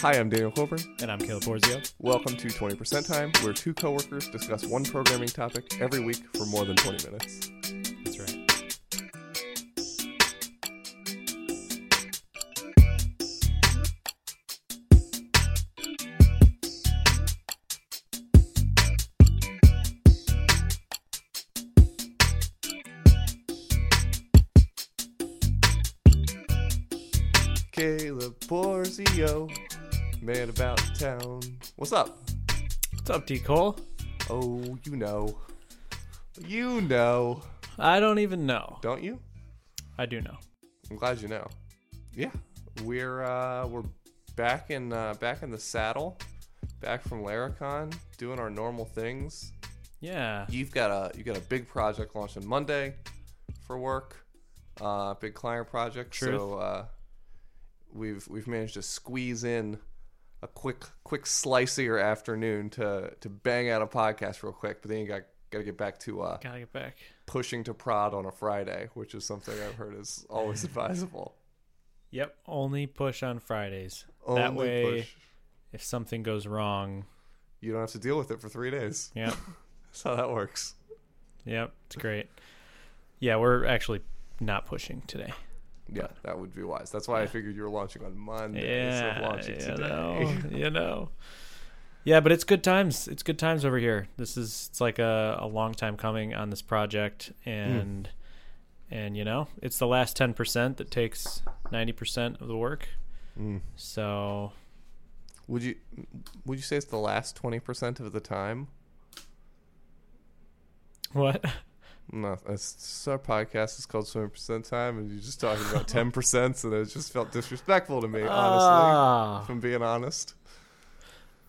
Hi, I'm Daniel Coburn. And I'm Caleb Porzio. Welcome to 20% Time, where two coworkers discuss one programming topic every week for more than 20 minutes. That's right. Caleb Porzio, man about town. What's up? What's up, D. Cole? Oh, you know. You know. I don't even know. Don't you? I do know. I'm glad you know. Yeah, we're uh, we're back in uh, back in the saddle, back from Laricon, doing our normal things. Yeah. You've got a you got a big project launching Monday for work, uh, big client project. So Truth. uh, we've we've managed to squeeze in a quick quick sliceier afternoon to to bang out a podcast real quick, but then you got got to get back to uh, Gotta get back. pushing to prod on a Friday, which is something I've heard is always advisable. Yep. Only push on Fridays. Only that way, push. if something goes wrong, you don't have to deal with it for three days. yep. That's how that works. yep. It's great. Yeah, we're actually not pushing today. Yeah, that would be wise. That's why I figured you were launching on Monday instead of yeah. launching you, today. know, you know. Yeah, but it's good times. It's good times over here. This is it's like a, a long time coming on this project Hmm. and and you know, it's the last ten percent that takes ninety percent of the work. Mm. So Would you would you say it's the last twenty percent of the time? what? No, that's this is our podcast is called Twenty Percent Time, and you're just talking about ten percent, and it just felt disrespectful to me, honestly. Ah. if I'm being honest,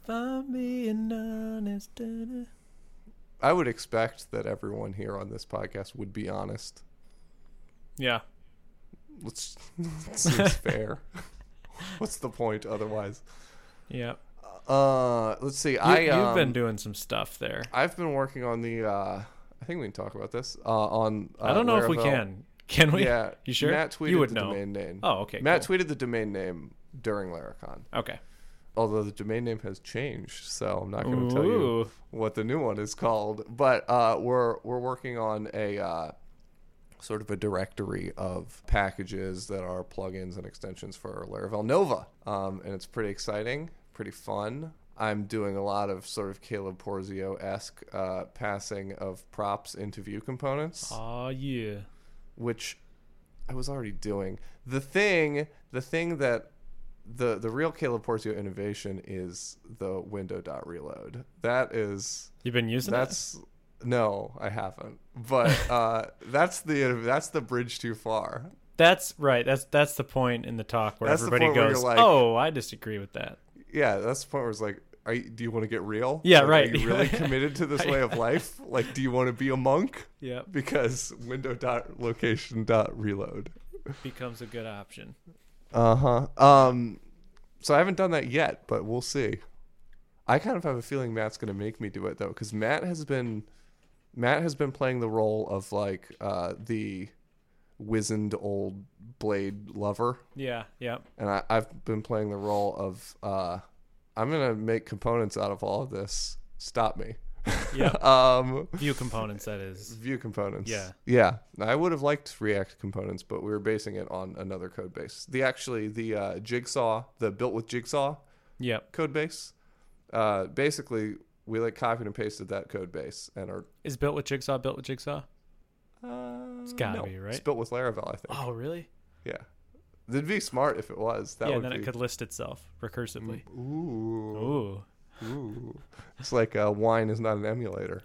If I'm being honest, da-da. I would expect that everyone here on this podcast would be honest. Yeah. Let's seems fair. What's the point otherwise? Yeah. Uh, let's see. I you, um, have been doing some stuff there. I've been working on the. Uh, I think we can talk about this. Uh, on uh, I don't know if we Laravel. can. Can we? Yeah, You sure? Matt tweeted You would the know. domain name. Oh, okay. Matt cool. tweeted the domain name during Laricon, okay. although the domain name has changed, so I'm not going to tell you Ooh. what the new one is called. But uh, we're we're working on a uh, sort of a directory of packages that are plugins and extensions for Laravel Nova, um, and it's pretty exciting, pretty fun. I'm doing a lot of sort of Caleb Porzio esque uh, passing of props into view components Oh yeah. which I was already doing. The thing, the thing that the the real Caleb Portio innovation is the window dot reload. That is You've been using that? that's no, I haven't. But uh, that's the that's the bridge too far. That's right. That's that's the point in the talk where That's the everybody point where you're goes, like- "Oh, I disagree with that." Yeah, that's the point where it's like, are you, do you want to get real? Yeah, Like, right. Are you really committed to this way of life? Like, do you want to be a monk? Yeah, Because window dot location dot reload. becomes a good option. Uh huh. Um, so I haven't done that yet, but we'll see. I kind of have a feeling Matt's going to make me do it though, because Matt has been, Matt has been playing the role of like uh, the wizened old blade lover, Yeah, yeah. and I, I've been playing the role of uh, I'm going to make components out of all of this. Stop me. Yep. um, View components that is. view components. Yeah. Yeah. I would have liked React components, but we were basing it on another code base. The actually the uh, Jigsaw, the built with Jigsaw Yep. code base. Uh, basically, we like copied and pasted that code base and are. Is built with jigsaw, built with jigsaw? Uh, it's gotta be, right? It's built with Laravel, I think. Oh, really? Yeah. That'd be smart if it was. That yeah, would then be. mm, it could list itself recursively. Ooh, Ooh. ooh. It's like uh, wine is not an emulator.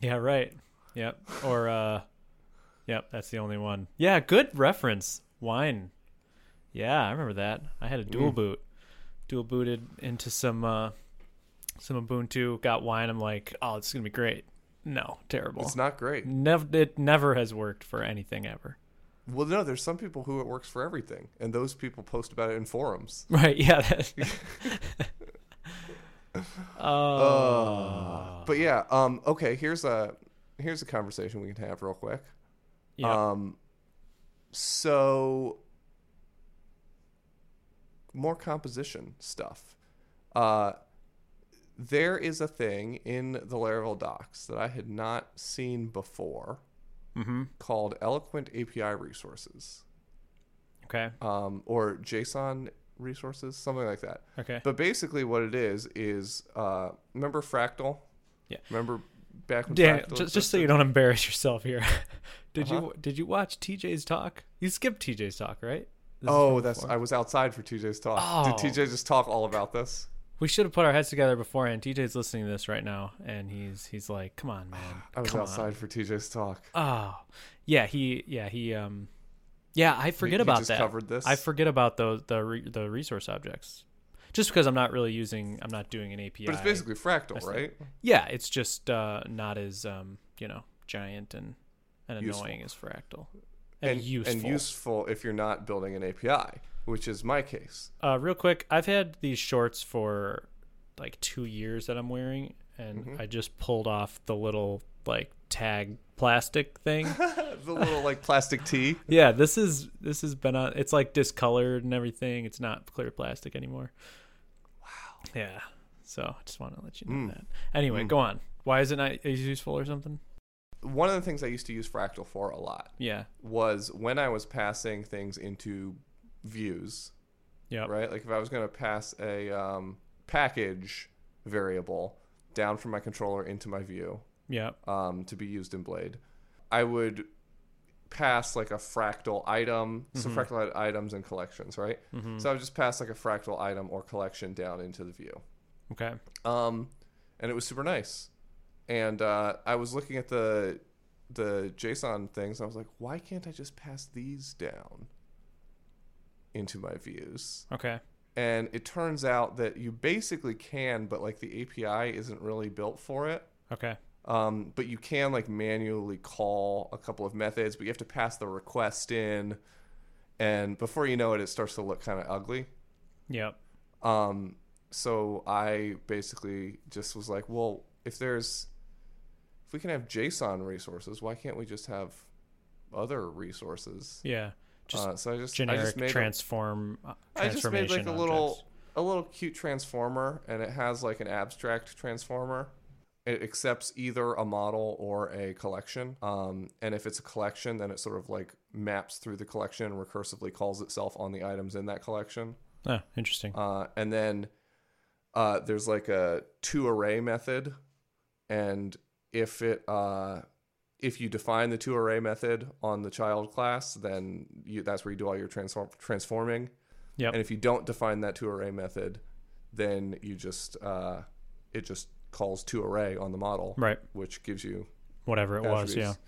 Yeah, right. Yep. Or uh Yep, that's the only one. Yeah, good reference. Wine. Yeah, I remember that. I had a dual Mm. boot. Dual booted into some uh some Ubuntu, got wine, I'm like, oh this is gonna be great. No, terrible. It's not great. Never it never has worked for anything ever. Well, no, there's some people who it works for everything, and those people post about it in forums. Right, yeah. That, oh Uh, but yeah, um, okay. Here's a here's a conversation we can have real quick. yeah. Um, so more composition stuff. Uh, there is a thing in the Laravel docs that I had not seen before Mm-hmm. called Eloquent API resources Okay. um, or JSON resources, something like that. Okay. But basically, what it is is uh, remember Fractal? Yeah. Remember back when Dan, Fractal just, just so existed? you don't embarrass yourself here, did Uh-huh. you did you watch TJ's talk? You skipped TJ's talk, right? This is Oh, from that's before. I was outside for TJ's talk. Oh. Did TJ just talk all about this? we should have put our heads together beforehand. TJ's listening to this right now, and he's he's like, "Come on, man, I was come outside for TJ's talk. on." Oh, yeah, he yeah he um yeah I forget he about just that. covered this? I forget about those the re, the resource objects, just because I'm not really using I'm not doing an API. But it's basically fractal, see. right? yeah, it's just uh, not as um you know giant and and Useful. annoying as fractal and, useful. and useful if you're not building an API, which is my case. Uh, real quick, I've had these shorts for like two years that I'm wearing, and Mm-hmm. I just pulled off the little like tag plastic thing. the little like plastic tee. yeah, this is this has been on. It's like discolored and everything. It's not clear plastic anymore. Wow. Yeah. So I just want to let you Mm. know that. Anyway, go on. Why is it not is useful or something? One of the things I used to use fractal for a lot Yeah. was when I was passing things into views, Yeah. right? Like if I was going to pass a um, package variable down from my controller into my view, Yeah. um, to be used in Blade, I would pass like a fractal item. So fractal items and collections, right? So I would just pass like a fractal item or collection down into the view, Okay. um, and it was super nice. And uh, I was looking at the the JSON things, and I was like, why can't I just pass these down into my views? Okay. And it turns out that you basically can, but like the API isn't really built for it. Okay. Um, but you can like manually call a couple of methods, but you have to pass the request in, and before you know it, it starts to look kind of ugly. Yep. Um, so I basically just was like, well, if there's, if we can have JSON resources, why can't we just have other resources? Yeah. Just uh, so I just I generic just made a- transform uh, I just made like transformation a little objects. a little cute transformer, and it has like an abstract transformer. It accepts either a model or a collection, um, and if it's a collection, then it sort of like maps through the collection and recursively calls itself on the items in that collection. Oh, interesting. Uh, and then uh, there's like a two array method, and if it uh, if you define the two array method on the child class, then you, that's where you do all your transform transforming. Yep. And if you don't define that two array method, then you just uh, it just calls two array on the model, right. which gives you Whatever it was. Yeah. attributes.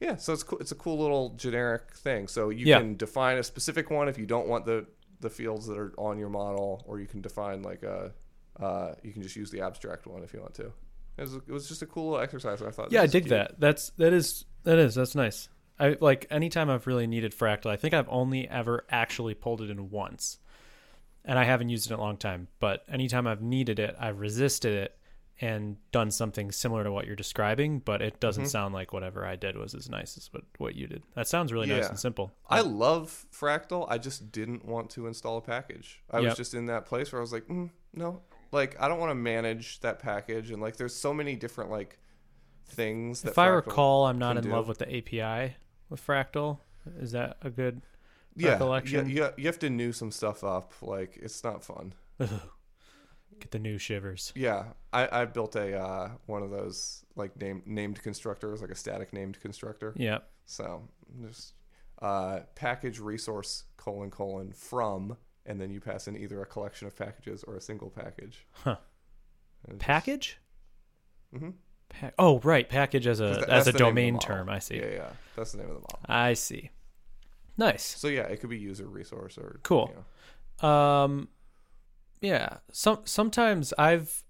Yeah, so it's cool. It's a cool little generic thing. So you Yeah. can define a specific one if you don't want the the fields that are on your model, or you can define like a uh, you can just use the abstract one if you want to. It was, it was just a cool little exercise. I thought. Yeah, I this is dig cute. that. That's that is that is that's nice. I like anytime I've really needed fractal. I think I've only ever actually pulled it in once, and I haven't used it in a long time. But anytime I've needed it, I've resisted it and done something similar to what you're describing. But it doesn't Mm-hmm. sound like whatever I did was as nice as what what you did. That sounds really nice Yeah. and simple. I love Fractal. I just didn't want to install a package. I Yep. was just in that place where I was like, mm, no, like I don't want to manage that package. And like, there's so many different like things. That if I Fractal- recall, I'm not can in do. love with the API with fractal. Is that a good? yeah, recollection. yeah, you have to new some stuff up. Like, it's not fun. Get the new shivers. Yeah, I, I built a uh, one of those like named named constructors, like a static named constructor. Yep. So just uh, package resource colon colon from, and then you pass in either a collection of packages or a single package. Huh. And it's- Package. Mhm. Pack- oh, right, package as a 'Cause that- as that's the name of a the domain model. term. I see. Yeah, yeah, that's the name of the model. I see. Nice. So yeah, it could be user resource or you Cool. know. Um, yeah. Some sometimes I've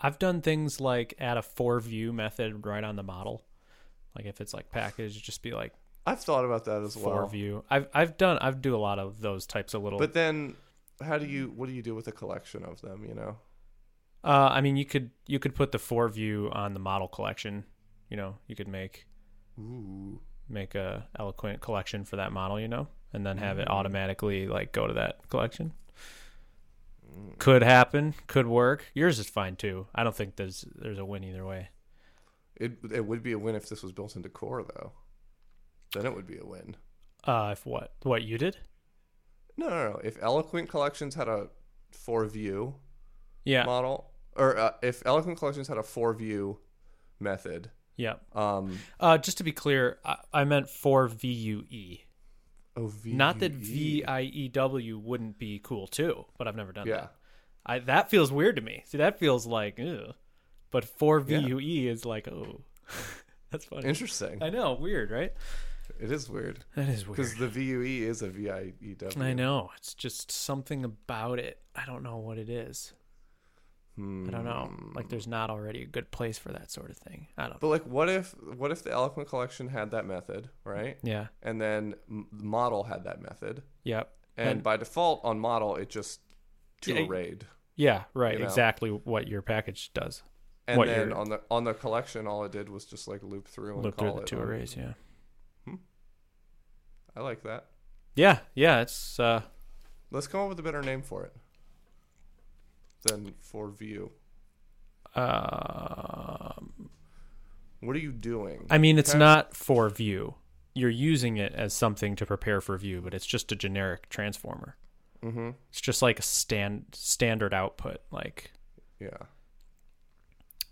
I've done things like add a for view method right on the model. Like if it's like package, just be like I've thought about that as for well. view. I've I've done I've do a lot of those types of little. But then, how do you? What do you do with a collection of them? You know. uh, I mean, you could you could put the for view on the model collection. You know, you could make Ooh. make a eloquent collection for that Mm-hmm. model. You know, and then have it automatically like go to that collection. could happen, could work. Yours is fine too. I don't think there's there's a win either way. It it would be a win if this was built into core though. Then it would be a win. Uh, if what what you did? No, no, no. If Eloquent Collections had a four view Yeah, model, or uh, if Eloquent Collections had a four view method, yeah. um, Uh, just to be clear, I, I meant for V U E. oh, V Not that U E. V I E W wouldn't be cool too, but I've never done Yeah. that. I that feels weird to me. See, that feels like, ew. but for V U E is like, oh, that's funny. Interesting. I know, weird, right? It is weird That is because weird. the VUE is a E VIEW. I know. It's just something about it. I don't know what it is. I don't know. Like, there's not already a good place for that sort of thing. I don't. Hmm. But like, what if what if the Eloquent Collection had that method, right? yeah. And then m- model had that method, Yep. and, And- by default on model it just to Yeah. arrayed. Yeah. Right. You know. Exactly what your package does. And What then you're- on the on the collection, all it did was just like loop through and Look call through the it. um, two on- arrays. Yeah. I like that. Yeah. Yeah. It's uh. Let's come up with a better name for it than for view. Um. What are you doing? I mean, it's Okay. not for view. You're using it as something to prepare for view, but it's just a generic transformer. mm-hmm. It's just like a stand standard output. Like Yeah.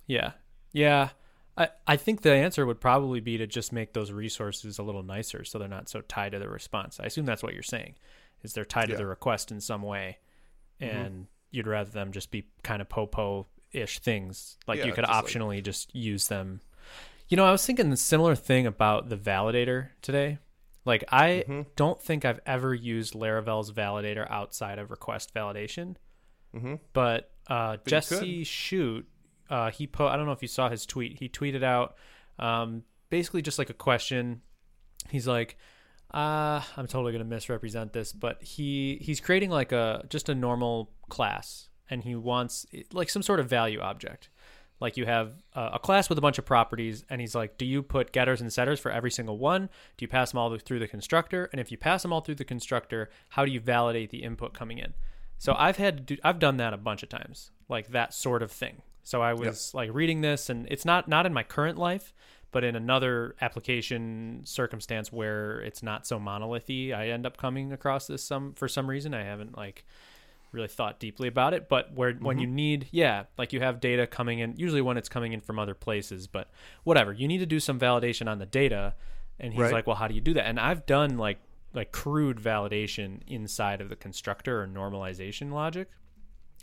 Yeah. Yeah. I, I think the answer would probably be to just make those resources a little nicer so they're not so tied to the response. I assume that's what you're saying. Is they're tied Yeah. Mm-hmm. to the request in some way and you'd rather them just be kind of popo ish things. Like Yeah, you could just like- optionally just use them. You know, I was thinking the similar thing about the validator today. Like I Mm-hmm. don't think I've ever used Laravel's validator outside of request validation Mm-hmm. but uh, could. Jesse Shoot, uh, he po- I don't know if you saw his tweet. He tweeted out um, basically just like a question. He's like, uh, I'm totally gonna misrepresent this, but he he's creating like a just a normal class, and he wants like some sort of value object. Like you have uh, a, a class with a bunch of properties, and he's like, do you put getters and setters for every single one? Do you pass them all through the constructor? And if you pass them all through the constructor, how do you validate the input coming in? So I've had to do, I've done that a bunch of times, like that sort of thing. So I was like reading this, and it's not not in my current life, but in another application circumstance where it's not so monolithy, I end up coming across this some for some reason. I haven't like really thought deeply about it, but where when Mm-hmm. you need, yeah, like you have data coming in, usually when it's coming in from other places, but whatever, you need to do some validation on the data. And he's Right. like, well, how do you do that? And I've done like like crude validation inside of the constructor or normalization logic,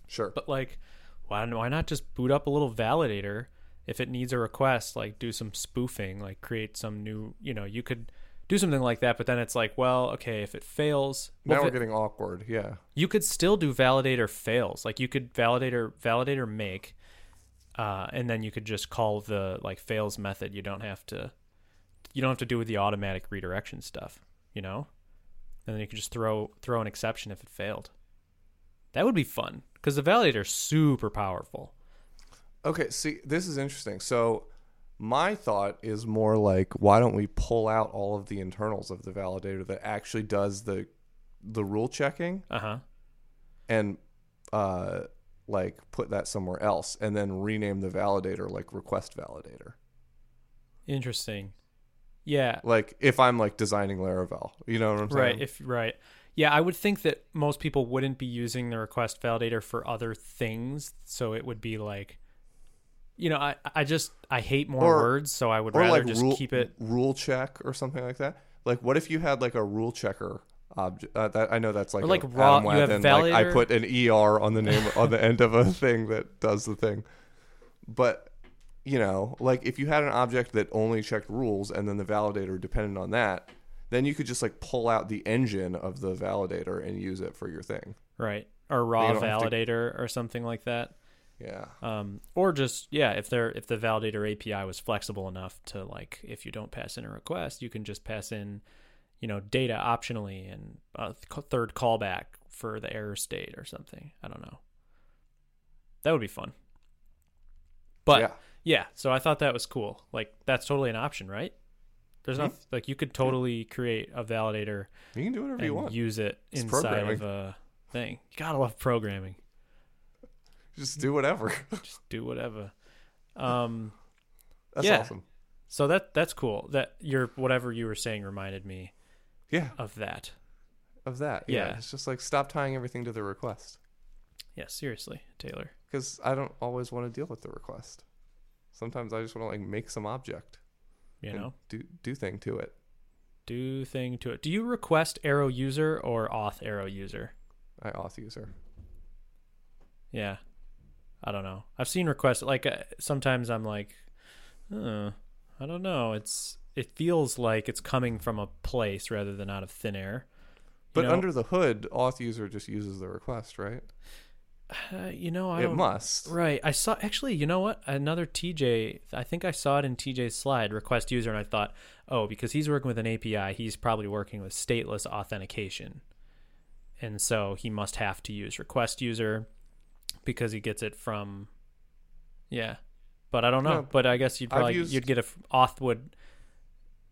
Sure. but like, why why not just boot up a little validator if it needs a request? Like, do some spoofing, like create some new, you know, you could do something like that. But then it's like, well, okay, if it fails, well, now if we're it- getting awkward. Yeah. you could still do validator fails like you could validator validator make uh, and then you could just call the like fails method you don't have to you don't have to do with the automatic redirection stuff you know and then you could just throw throw an exception if it failed that would be fun because the validator's super powerful Okay, see, this is interesting. So, my thought is more like, why don't we pull out all of the internals of the validator that actually does the the rule checking uh-huh and uh, like put that somewhere else, and then rename the validator like request validator. interesting yeah Like if I'm like designing Laravel, you know what I'm saying? Right. If right, yeah, I would think that most people wouldn't be using the request validator for other things, so it would be like, you know, I I just I hate more Or- words, so I would or rather like just rule keep it. rule check or something like that. Like, what if you had like a rule checker object? Uh, that I know that's like Or like a raw- Adam you Webb have and, like I validator. put an er on the name on the end of a thing that does the thing. But you know, like if you had an object that only checked rules and then the validator depended on that, then you could just like pull out the engine of the validator and use it for your thing. Right. Or raw don't have to- validator or something like that. Yeah. Um, or just yeah, if they're if the validator API was flexible enough to like, if you don't pass in a request, you can just pass in, you know, data optionally and a th- third callback for the error state or something. I don't know. That would be fun. But yeah, Yeah. so I thought that was cool. Like that's totally an option, right? There's not like you could totally create a validator You can do whatever you and want. use it It's inside programming. of a thing. You gotta love programming. just do whatever. Just do whatever. Um, That's Yeah. awesome. so that that's cool. That your whatever you were saying reminded me Yeah, of that. of that. Yeah. Yeah. it's just like stop tying everything to the request Yeah, seriously, Taylor. because I don't always want to deal with the request. Sometimes I just want to like make some object, You and know, do do thing to it. do thing to it. Do you request arrow user or auth arrow user? I auth user. Yeah, I don't know. I've seen requests like uh, sometimes I'm like, uh, I don't know. It's it feels like it's coming from a place rather than out of thin air. You But know- under the hood, auth user just uses the request, right? uh, you know, I It don't, must. Right. I saw actually, you know what? Another TJ, I think I saw it in TJ's slide request user and I thought, "Oh, because he's working with an API, he's probably working with stateless authentication." And so he must have to use request user because he gets it from Yeah. But I don't know. No, but I guess you'd I've probably used- you'd get a f- auth would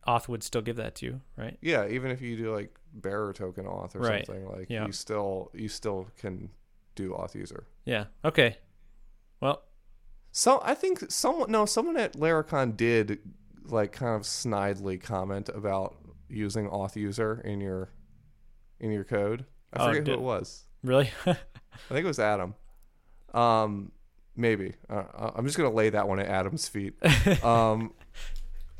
auth would still give that to you, right? Yeah, even if you do like bearer token auth or Right. something, like Yeah. you still you still can do auth user. Yeah. Okay. Well, So I think someone no someone at Laricon did like kind of snidely comment about using auth user in your in your code. I Oh, forget who did- it was. really? I think it was Adam. Um, maybe uh, I'm just gonna lay that one at Adam's feet. Um,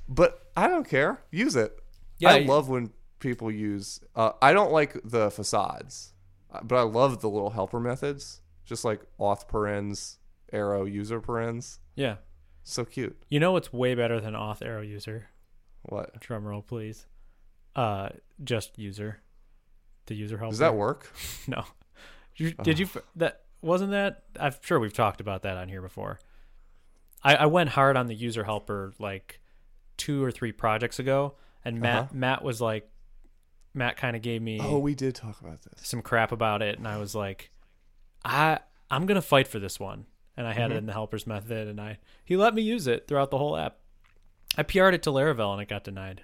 but I don't care. Use it. Yeah, I you- love when people use. Uh, I don't like the facades, uh, but I love the little helper methods, just like auth parens, arrow user parens. yeah. So cute. You know what's way better than auth arrow user? What drum roll please uh just user the user helper does that work? Oh. no you, did you that wasn't that i'm sure we've talked about that on here before i i went hard on the user helper like two or three projects ago and matt Uh-huh. matt was like matt kind of gave me Oh, we did talk about this. some crap about it and I was like I I'm going to fight for this one. And I had Mm-hmm. it in the helpers method and I he let me use it throughout the whole app. I PR'd it to Laravel and it got denied.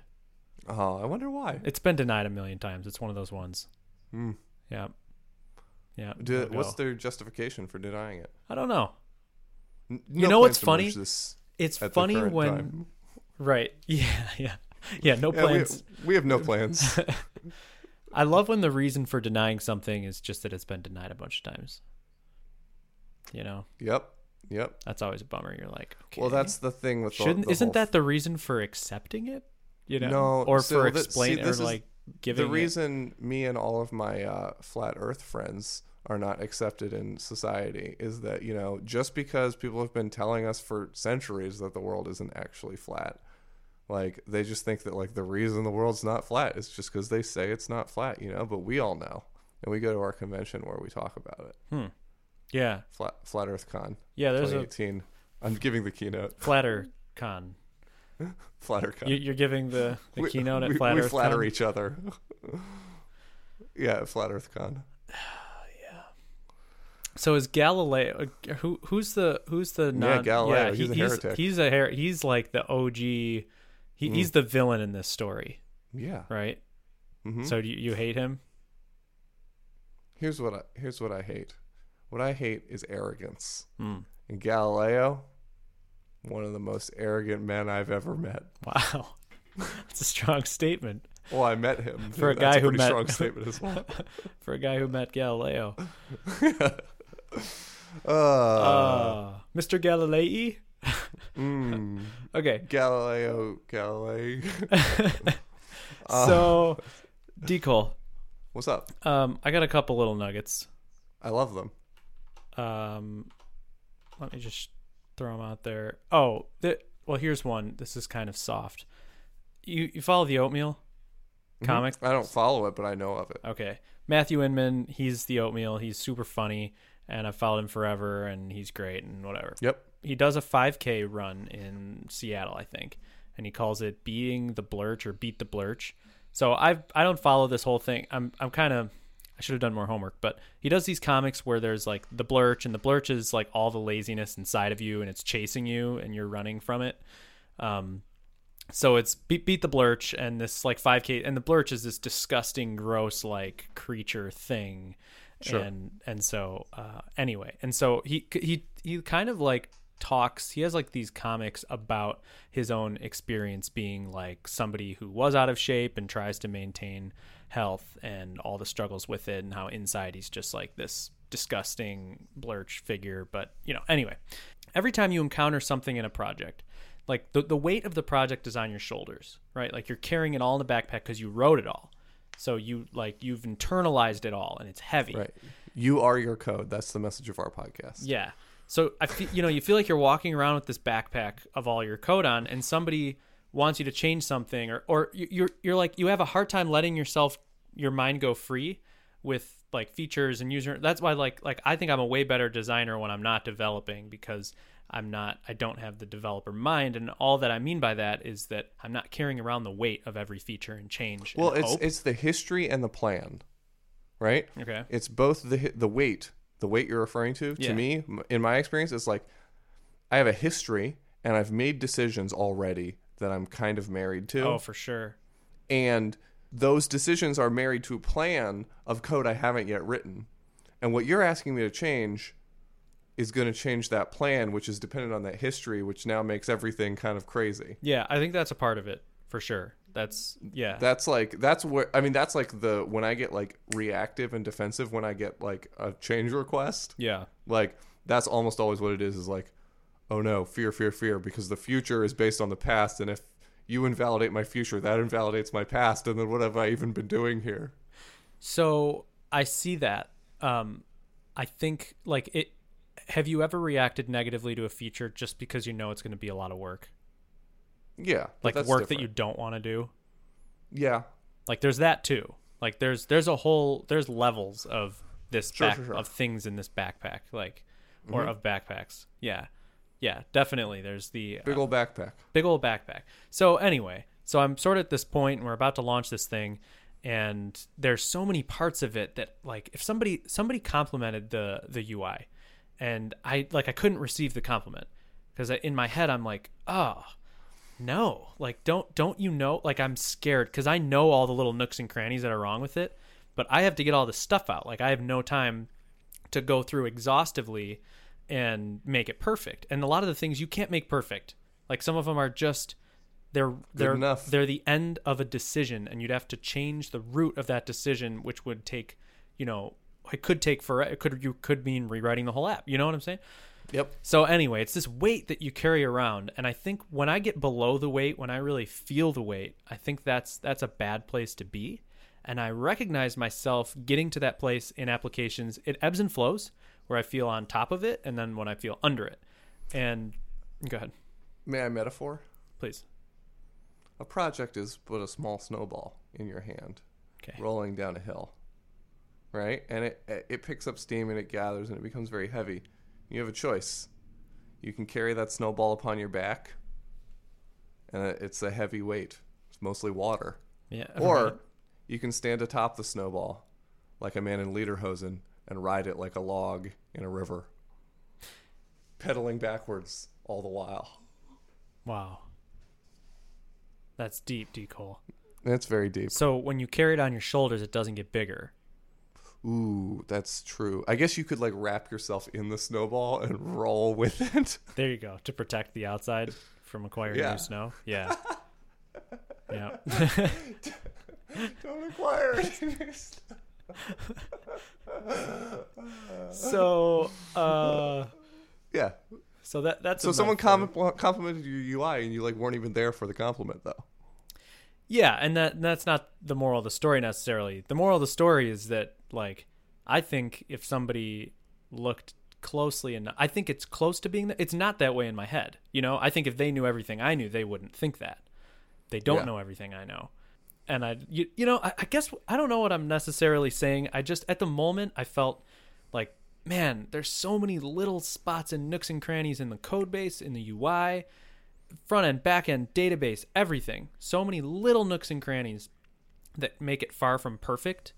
Oh, I wonder why. It's been denied a million times. It's one of those ones. Hmm. Yeah. Yeah. Do, no what's go. their justification for denying it? I don't know. N- You no know plans what's to funny? merge This It's at the funny current when time. right. Yeah, yeah. Yeah, no Yeah, we- plans. We, have no plans. I love when the reason for denying something is just that it's been denied a bunch of times. You know, yep. Yep. that's always a bummer. You're like, okay. Well, that's the thing with the- shouldn't the isn't whole that the reason for accepting it you know No, or so for that- see, explain this or is like giving the it- reason me and all of my uh, flat Earth friends are not accepted in society is that you know just because people have been telling us for centuries that the world isn't actually flat, like they just think that like the reason the world's not flat is just because they say it's not flat, you know. But we all know, and we go to our convention where we talk about it. yeah Flat Flat Earth Con yeah there's a 2018. I'm giving the keynote. flatter con Flat Earth Con. you, you're giving the, the We- keynote at we, flat we Earth flatter Con? each other. yeah, at Flat Earth Con. so is galileo uh, who who's the who's the non, Galileo, he- he's a he's, heretic. Mm. he's a her, he's like the og he, he's the villain in this story Yeah. right Mhm. so do you, you hate him Here's what I here's what I hate. What I hate is arrogance. Hmm. And Galileo, one of the most arrogant men I've ever met. wow that's a strong statement Well, I met him. For a That's guy who pretty met- strong statement as well. for a guy who met galileo uh, uh, mr galilei mm, okay Galileo Galilei. Uh. so decol What's up? um i got a couple little nuggets I love them. um let me just throw them out there oh th- well here's one this is kind of soft you you follow the oatmeal comic I don't follow it, but I know of it. okay matthew inman he's the oatmeal he's super funny and i've followed him forever and he's great and whatever Yep. he does a 5k run in Seattle, I think, and he calls it beating the blurch or beat the blurch. So I I don't follow this whole thing. I'm I'm kind of I should have done more homework, but he does these comics where there's like the blurch and the blurch is like all the laziness inside of you and it's chasing you and you're running from it. Um so it's beat, beat the blurch and this like 5k and the blurch is this disgusting gross like creature thing Sure. and and so uh, anyway, and so he he he kind of like talks. He has like these comics about his own experience being like somebody who was out of shape and tries to maintain health and all the struggles with it, and how inside he's just like this disgusting blurch figure. But you know, anyway, every time you encounter something in a project. Like the, the weight of the project is on your shoulders, right? Like you're carrying it all in the backpack because you wrote it all. So you like you've internalized it all and it's heavy. Right. You are your code. That's the message of our podcast. Yeah. So I feel, you know, you feel like you're walking around with this backpack of all your code on and somebody wants you to change something or or you- you're you're like you have a hard time letting yourself your mind go free with like features and user that's why like like I think I'm a way better designer when I'm not developing because I'm not I don't have the developer mind and all that I mean by that is that I'm not carrying around the weight of every feature and change. Well, and it's hope. it's the history and the plan, right? okay. It's both the hi- the weight, the weight you're referring to. Yeah. To me, m- in my experience, it's like I have a history and I've made decisions already that I'm kind of married to, Oh, for sure. and those decisions are married to a plan of code I haven't yet written, and what you're asking me to change is going to change that plan, which is dependent on that history, which now makes everything kind of crazy. Yeah, I think that's a part of it for sure. That's yeah. That's like that's where I mean that's like the when I get like reactive and defensive when I get like a change request, yeah. like that's almost always what it is is like oh no, fear fear fear because the future is based on the past and if you invalidate my future, that invalidates my past and then what have I even been doing here? So I see that. Um I think like it have you ever reacted negatively to a feature just because you know it's going to be a lot of work? Yeah. but Like that's work that you different. don't want to do? Yeah. Like there's that too. Like there's there's a whole there's levels of this Sure, back sure, Mm-hmm. sure. of things in this backpack like or of backpacks. Yeah. Yeah, definitely there's the Big old backpack. big old backpack. So anyway, so I'm sort of at this point, and we're about to launch this thing, and there's so many parts of it that like if somebody somebody complimented the the UI, and I like I couldn't receive the compliment because in my head I'm like, oh no, like don't don't you know? Like I'm scared because I know all the little nooks and crannies that are wrong with it, but I have to get all this stuff out. Like I have no time to go through exhaustively and make it perfect. And a lot of the things you can't make perfect. Like some of them are just they're they're enough. they're the end of a decision and you'd have to change the root of that decision which would take, you know, it could take for it could you could mean rewriting the whole app. You know what I'm saying? Yep. So anyway, it's this weight that you carry around, and I think when I get below the weight, when I really feel the weight, I think that's that's a bad place to be. And I recognize myself getting to that place in applications. It ebbs and flows, where I feel on top of it, and then when I feel under it. And go ahead, May I metaphor? please. A project is but a small snowball in your hand, Okay. rolling down a hill, right? And it it picks up steam and it gathers and it becomes very heavy. You have a choice. You can carry that snowball upon your back, and it- it's a heavy weight. It's mostly water. Yeah. Or you can stand atop the snowball, like a man in lederhosen, and ride it like a log in a river, pedaling backwards all the while. wow, that's deep, D Cole. That's very deep. So when you carry it on your shoulders, it doesn't get bigger. Ooh, that's true. I guess you could like wrap yourself in the snowball and roll with it. There you go to protect the outside from acquiring Yeah. new snow. Yeah. yeah. Don't acquire it. so, uh, yeah. so that that's So a someone metaphor. com- complimented your UI and you like weren't even there for the compliment though. Yeah, and that that's not the moral of the story necessarily. The moral of the story is that like I think if somebody looked closely enough, I think it's close to being. It's not that way in my head. You know, I think if they knew everything I knew, they wouldn't think that. They don't Yeah. know everything I know, and I you, you know I, I guess I don't know what I'm necessarily saying. I just at the moment I felt like man, there's so many little spots and nooks and crannies in the code base in the UI front end, back end, database, everything. So many little nooks and crannies that make it far from perfect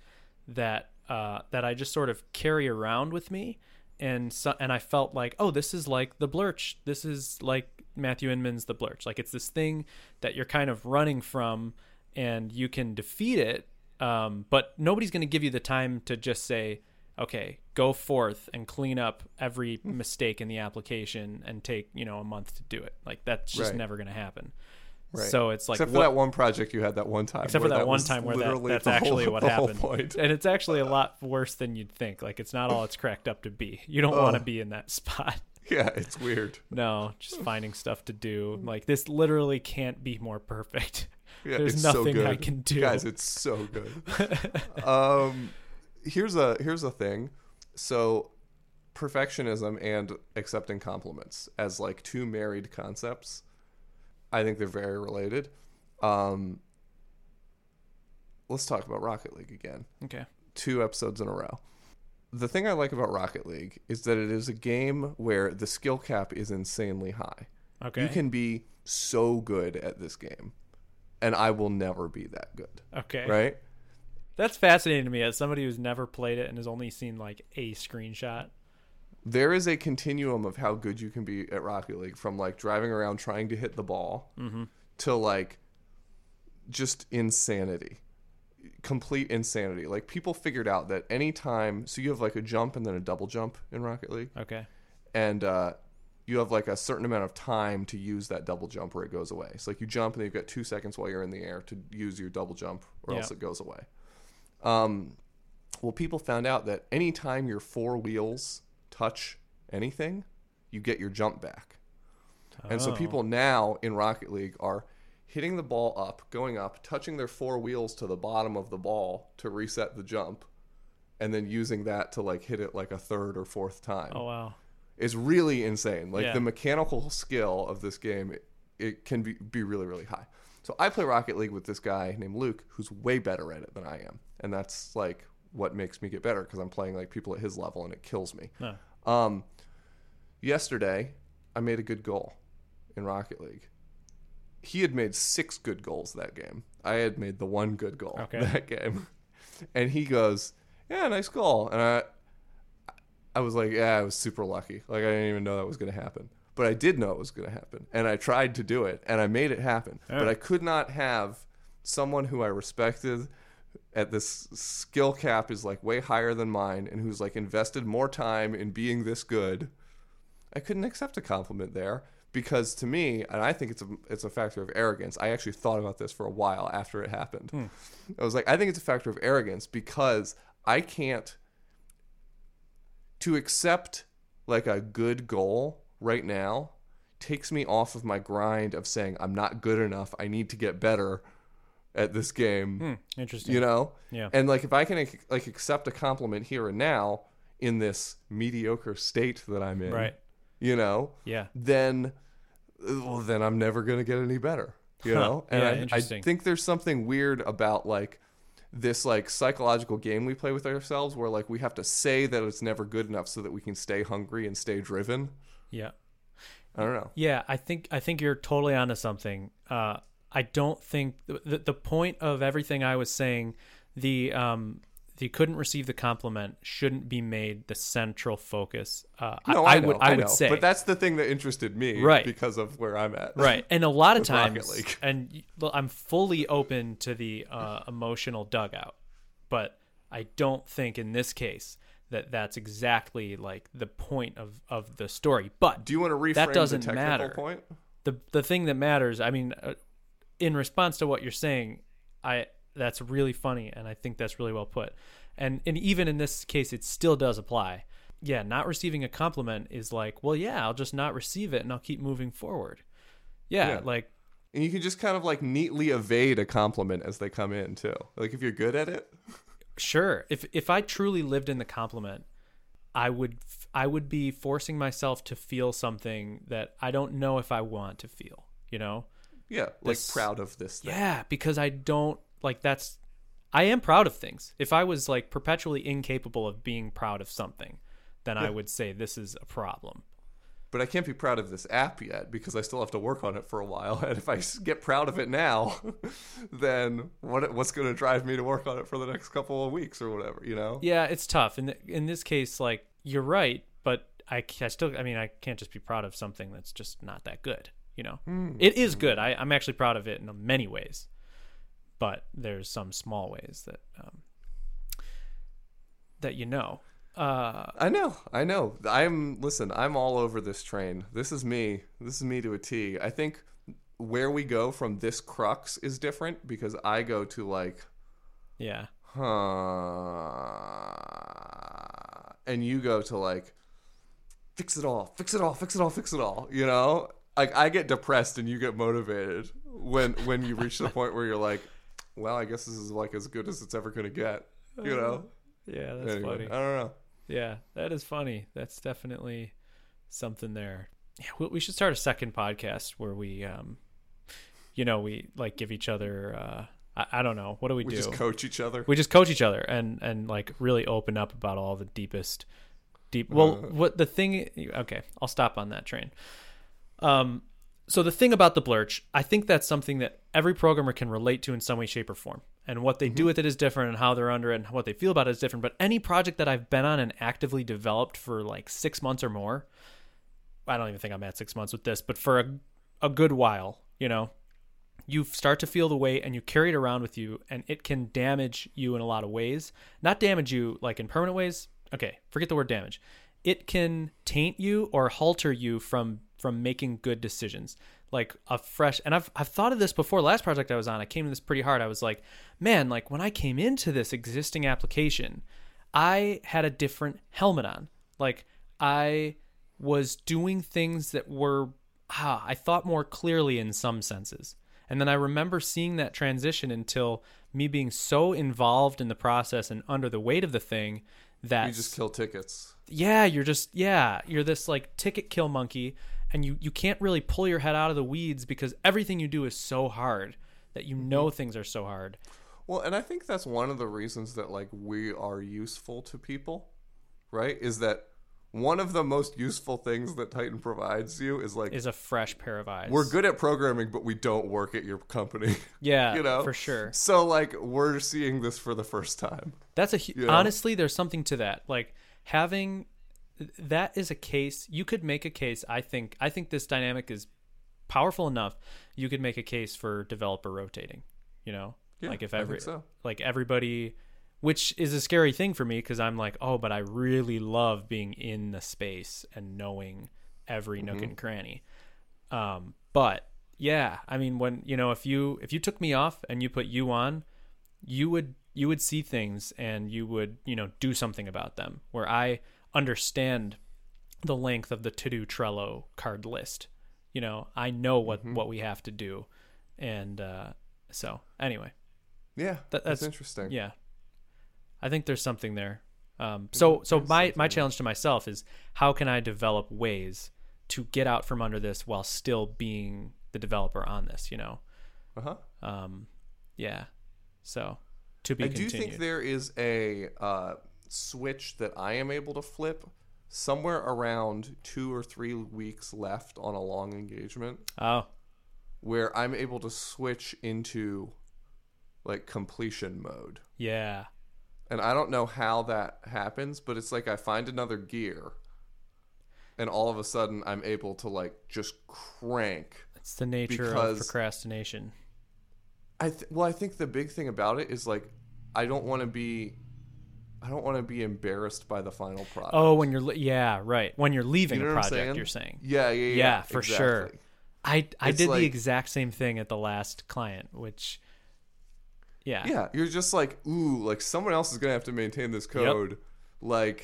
that uh, that I just sort of carry around with me. And so, and I felt like, oh, this is like the blurch. This is like Matthew Inman's the blurch. Like it's this thing that you're kind of running from, and you can defeat it. Um, but nobody's going to give you the time to just say, okay, go forth and clean up every Hmm. mistake in the application and take, you know, a month to do it. Like that's just Right. never going to happen. Right. So it's like except for what- that one project you had that one time. except for where that, one was time where that, literally that's the whole- actually what the whole happened point. and it's actually a lot worse than you'd think like it's not all it's cracked up to be you don't want to be in that spot Yeah, it's weird. no just finding stuff to do like this literally can't be more perfect Yeah, there's it's so nothing good. i can do guys. It's so good. um, here's a here's a thing. So, perfectionism and accepting compliments as like two married concepts. I think they're very related. Um, let's talk about Rocket League again. okay two episodes in a row. The thing I like about Rocket League is that it is a game where the skill cap is insanely high. okay You can be so good at this game, and I will never be that good, okay right? that's fascinating to me as somebody who's never played it and has only seen like a screenshot There is a continuum of how good you can be at Rocket League from like driving around trying to hit the ball Mm-hmm. to like just insanity. Complete insanity. Like people figured out that any time, so you have like a jump and then a double jump in Rocket League. okay and uh, you have like a certain amount of time to use that double jump or it goes away. So like you jump and then you've got two seconds while you're in the air to use your double jump or Yeah. else it goes away. Um, well, people found out that anytime your four wheels touch anything, you get your jump back. And so Oh. people now in Rocket League are hitting the ball up, going up, touching their four wheels to the bottom of the ball to reset the jump, and then using that to like hit it like a third or fourth time oh wow is really insane. Like Yeah. the mechanical skill of this game, it, it can be, be really, really high. So I play Rocket League with this guy named Luke, who's way better at it than I am, and that's like what makes me get better because I'm playing like people at his level, and it kills me. no Um, yesterday, I made a good goal in Rocket League. He had made six good goals that game. I had made the one good goal Okay. that game, and he goes, "Yeah, nice goal." And I, I was like, "Yeah, I was super lucky. Like I didn't even know that was going to happen, but I did know it was going to happen, and I tried to do it, and I made it happen. But Yeah. I could not have someone who I respected." at this skill cap is like way higher than mine and who's like invested more time in being this good i couldn't accept a compliment there because to me and i think it's a it's a factor of arrogance i actually thought about this for a while after it happened Hmm. i was like i think it's a factor of arrogance because i can't to accept like a good goal right now takes me off of my grind of saying i'm not good enough i need to get better at this game interesting Hmm. you know Hmm. Yeah. and like if i can like accept a compliment here and now in this mediocre state that i'm in Right. you know yeah then well, then i'm never going to get any better you Huh. know and Yeah, I, I interesting. think there's something weird about like this like psychological game we play with ourselves where like we have to say that it's never good enough so that we can stay hungry and stay driven yeah i don't know Yeah, I think I think you're totally onto something. Uh, I don't think the, the point of everything I was saying, the um, the couldn't receive the compliment shouldn't be made the central focus. Uh, no I, i, I know, would I, know. would say, but that's the thing that interested me Right. because of where i'm at right and a lot of With Rocket times League. and y- look, i'm fully open to the uh, emotional dugout but i don't think in this case that that's exactly like the point of of the story but do you want to reframe doesn't the technical matter. point the the thing that matters i mean uh, in response to what you're saying i that's really funny and i think that's really well put and and even in this case it still does apply yeah not receiving a compliment is like well yeah i'll just not receive it and i'll keep moving forward yeah. Yeah. like And you can just kind of like neatly evade a compliment as they come in too. Like if you're good at it. sure if if i truly lived in the compliment i would f- i would be forcing myself to feel something that i don't know if i want to feel you know Yeah, like This- proud of this thing. Yeah, because I don't like that's I am proud of things. If I was like perpetually incapable of being proud of something, then I would say this is a problem. But I can't be proud of this app yet because I still have to work on it for a while. And if I s- get proud of it now, then what what's going to drive me to work on it for the next couple of weeks or whatever, you know? Yeah, it's tough. In th- in this case like you're right, but I, ca- I still I mean I can't just be proud of something that's just not that good, you know. It is good. I I'm actually proud of it in many ways. But there's some small ways that um that you know Uh, I know, I know. I'm listen. I'm all over this train. This is me. This is me to a T. I think where we go from this crux is different because I go to like, yeah. huh, and you go to like, fix it all, fix it all, fix it all, fix it all. You know, like I get depressed and you get motivated when when you reach the point where you're like, well, I guess this is like as good as it's ever gonna get. You know. Yeah, Uh, that's Anyway, funny. I don't know. Yeah, that is funny. That's definitely something there. Yeah, we, we should start a second podcast where we, um, you know, we like give each other. Uh, I, I don't know. What do we, We do? just coach each other. we just coach each other and and like really open up about all the deepest, deep. Well, Uh. what the thing? Okay, I'll stop on that train. Um, so the thing about the blurch, I think that's something that every programmer can relate to in some way, shape, or form. And what they do with it is different, and how they're under it, and what they feel about it is different. But any project that I've been on and actively developed for like six months or more, I don't even think I'm at six months with this, but for a, a good while, you know, you start to feel the weight and you carry it around with you, and it can damage you in a lot of ways. Not damage you like in permanent ways. Okay, forget the word damage. It can taint you or halter you from from making good decisions. Like a fresh, and I've I've thought of this before. Last project I was on, I came to this pretty hard. I was like, man, like when I came into this existing application, I had a different helmet on. Like I was doing things that were ah, I thought more clearly in some senses. And then I remember seeing that transition until me being so involved in the process and under the weight of the thing that We just kill tickets. yeah, you're just yeah, you're this like ticket kill monkey and you you can't really pull your head out of the weeds because everything you do is so hard that Mm-hmm. you know things are so hard. Well, and I think that's one of the reasons that like we are useful to people, right? Is that one of the most useful things that Titan provides you is like Is a fresh pair of eyes. we're good at programming, but we don't work at your company. Yeah, you know, for sure. So like we're seeing this for the first time. That's a hu- Yeah. honestly, there's something to that. Like having that is a case you could make a case. I think I think this dynamic is powerful enough. You could make a case for developer rotating. You know, Yeah, like if I think every so. like everybody, which is a scary thing for me because I'm like, oh, but I really love being in the space and knowing every nook and cranny. Um, but yeah, I mean, when you know, if you if you took me off and you put you on, you would you would see things and you would you know do something about them where i understand the length of the to-do trello card list you know i know what what we have to do and uh so anyway Yeah, that's That- that's- interesting. yeah i think there's something there um so so my my challenge to myself is how can i develop ways to get out from under this while still being the developer on this you know Uh huh. um yeah so to be I do continued think there is a uh, switch that I am able to flip somewhere around two or three weeks left on a long engagement. oh where I'm able to switch into like completion mode. Yeah. And I don't know how that happens, but it's like I find another gear and all of a sudden I'm able to like just crank. It's the nature Because- of procrastination. I th- well I think the big thing about it is like I don't want to be I don't want to be embarrassed by the final product. Oh, when you're li- yeah, right. When you're leaving You know a what I'm project, saying? you're saying. Yeah, yeah, yeah. Yeah, for sure. exactly. I I It's did like- the exact same thing at the last client, which yeah. Yeah, you're just like, ooh, like someone else is gonna have to maintain this code. Like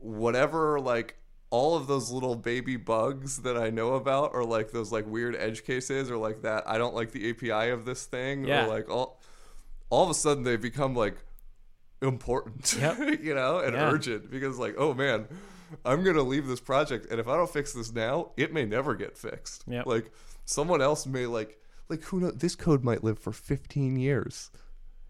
whatever, like all of those little baby bugs that I know about, or like those like weird edge cases, or like that I don't like the API of this thing, Yeah. or like all all of a sudden they become like important, Yep. you know, and Yeah. urgent because like, oh man, I'm gonna leave this project, and if I don't fix this now, it may never get fixed. Yep. Like someone else may like like who knows this code might live for 15 years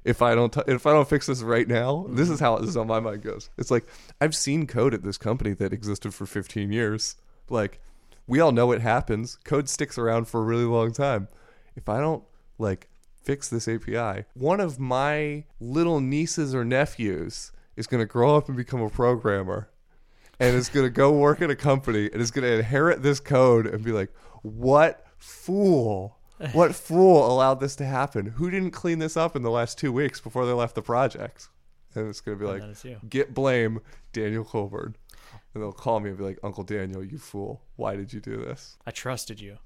if I don't t- if I don't fix this right now, this is how this is how my mind goes. It's like I've seen code at this company that existed for 15 years. Like we all know it happens. Code sticks around for a really long time. If I don't like fix this API, one of my little nieces or nephews is going to grow up and become a programmer and is going to go work at a company and is going to inherit this code and be like, what fool? What fool allowed this to happen? Who didn't clean this up in the last two weeks before they left the project? and it's gonna be like then it's you. get blame Daniel Colburn, and they'll call me and be like Uncle Daniel, you fool, why did you do this? I trusted you.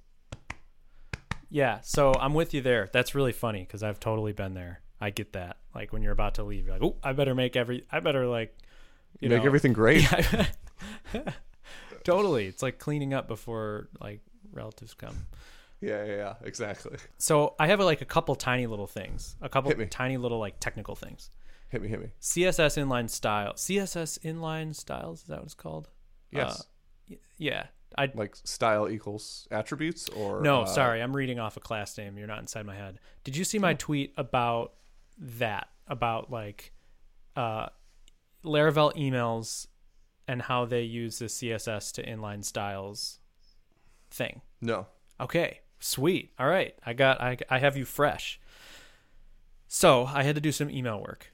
Yeah, so I'm with you there. That's really funny because I've totally been there. I get that. Like when you're about to leave, you're like, oh, I better make every, I better like, you Make know, everything great. Yeah. totally. It's like cleaning up before like relatives come. Yeah, yeah, yeah exactly. So I have like a couple tiny little things, a couple Hit me. tiny little like technical things. Hit me, hit Uh, me. CSS inline style, CSS inline styles. Is that what it's called? Yes, Uh, y- yeah. I like style equals attributes or No, uh, sorry, I'm reading off a class name. You're not inside my head. Did you see my tweet about that? About like uh, Laravel emails and how they use the CSS to inline styles thing. No, Okay, sweet. All right, I got. I I have you fresh. So I had to do some email work,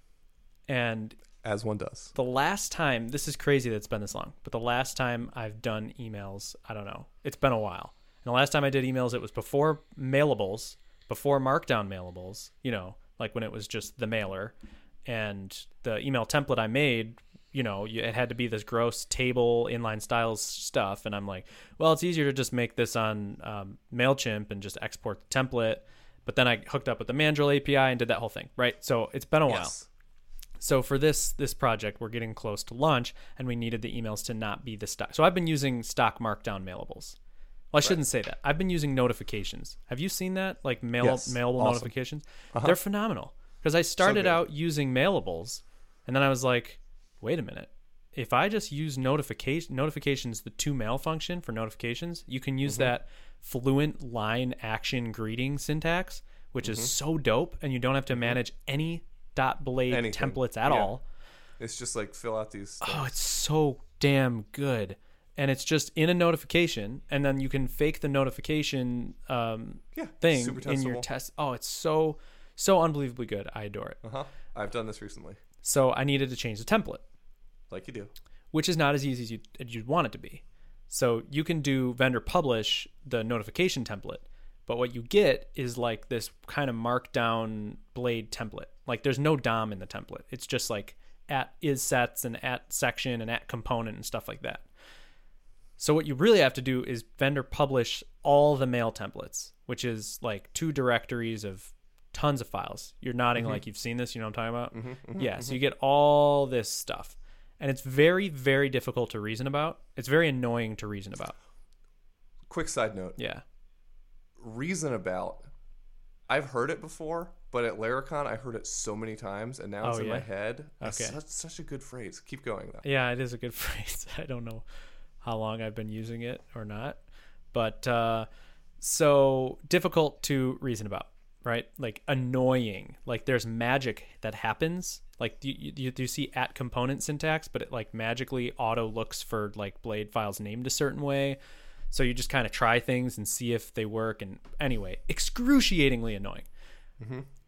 and as one does. the last time this is crazy that it's been this long but the last time i've done emails i don't know it's been a while and the last time i did emails it was before mailables before markdown mailables you know like when it was just the mailer and the email template i made you know you- it had to be this gross table inline styles stuff and i'm like well it's easier to just make this on um, mailchimp and just export the template but then i hooked up with the mandrel api and did that whole thing right so it's been a while Yes. so for this this project, we're getting close to launch, and we needed the emails to not be the stock. So I've been using stock markdown mailables. Well, I shouldn't say that. I've been using notifications. Have you seen that? Like mail Yes. Awesome. mailable Uh-huh. notifications. They're phenomenal because I started good. out using mailables, and then I was like, wait a minute. If I just use notification notifications, the to mail function for notifications, you can Mm-hmm. use that fluent line action greeting syntax, which Mm-hmm. is so dope, and you don't have to manage any dot blade Anything. templates at Yeah. all. It's just like fill out these. Oh, it's so damn good. And it's just in a notification, and then you can fake the notification um, yeah, thing super in your testable. test. Oh, it's so, so unbelievably good. I adore it. Uh-huh. I've done this recently, So I needed to change the template, like you do. which is not as easy as you'd, as you'd want it to be. So you can do vendor publish the notification template, but what you get is like this kind of markdown blade template. Like there's no DOM in the template. It's just like at is sets and at section and at component and stuff like that. So what you really have to do is vendor publish all the mail templates, which is like two directories of tons of files. You're nodding like you've seen this, you know what I'm talking about? yeah, so you get all this stuff. And it's very very difficult to reason about. It's very annoying to reason about. Quick side note: Yeah. reason about. I've heard it before, but at Laricon, I heard it so many times, and now it's Oh, in my yeah? head. It's Okay. such, such a good phrase. Keep going though. Yeah, it is a good phrase. I don't know how long I've been using it or not, but uh, so difficult to reason about, right? Like annoying. Like there's magic that happens. Like do you, you, do you see at component syntax, but it like magically auto looks for like blade files named a certain way. So you just kind of try things and see if they work. And anyway, excruciatingly annoying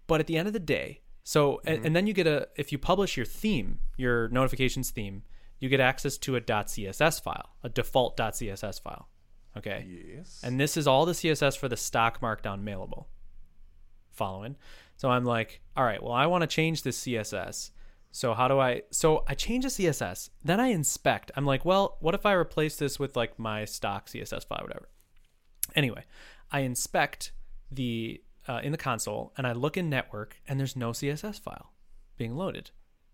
but at the end of the day so and, and then you get a if you publish your theme your notifications theme you get access to a css file a default css file okay Yes. and this is all the css for the stock markdown mailable following so i'm like all right well i want to change this css so how do i so i change the css then i inspect i'm like well what if i replace this with like my stock css file whatever anyway i inspect the uh, in the console and i look in network and there's no css file being loaded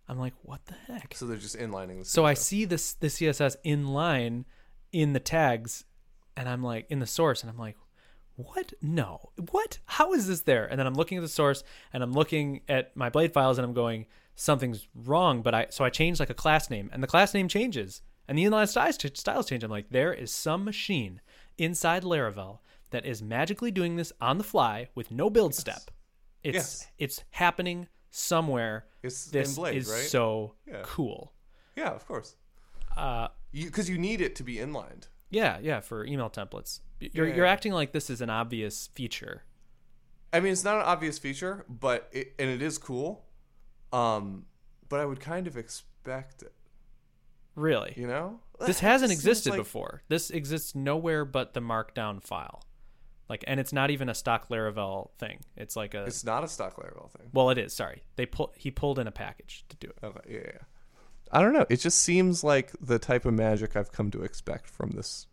i'm like what the heck so they're just inlining this. so I see this the CSS in line in the tags, and I'm like in the source, and I'm like, what? No, what? How is this there? And then I'm looking at the source, and I'm looking at my blade files, and I'm going, something's wrong. But I so I change like a class name, and the class name changes, and the inline styles styles change. I'm like, there is some machine inside Laravel that is magically doing this on the fly with no build step. It's Yes. it's happening somewhere. It's in this Blade, is right? so Yeah. cool. yeah, of course. Uh, Because you, need it to be inlined. Yeah, yeah, for email templates. You're Yeah. you're acting like this is an obvious feature. I mean, it's not an obvious feature, but it, and it is cool. Um, but I would kind of expect it. Really. You know, This hasn't It seems existed like- before. This exists nowhere but the markdown file. Like, and it's not even a stock Laravel thing. It's like a. It's not a stock Laravel thing. well, it is. Sorry, they pull. He pulled in a package to do it. Okay, yeah, yeah, yeah. I don't know. It just seems like the type of magic I've come to expect from this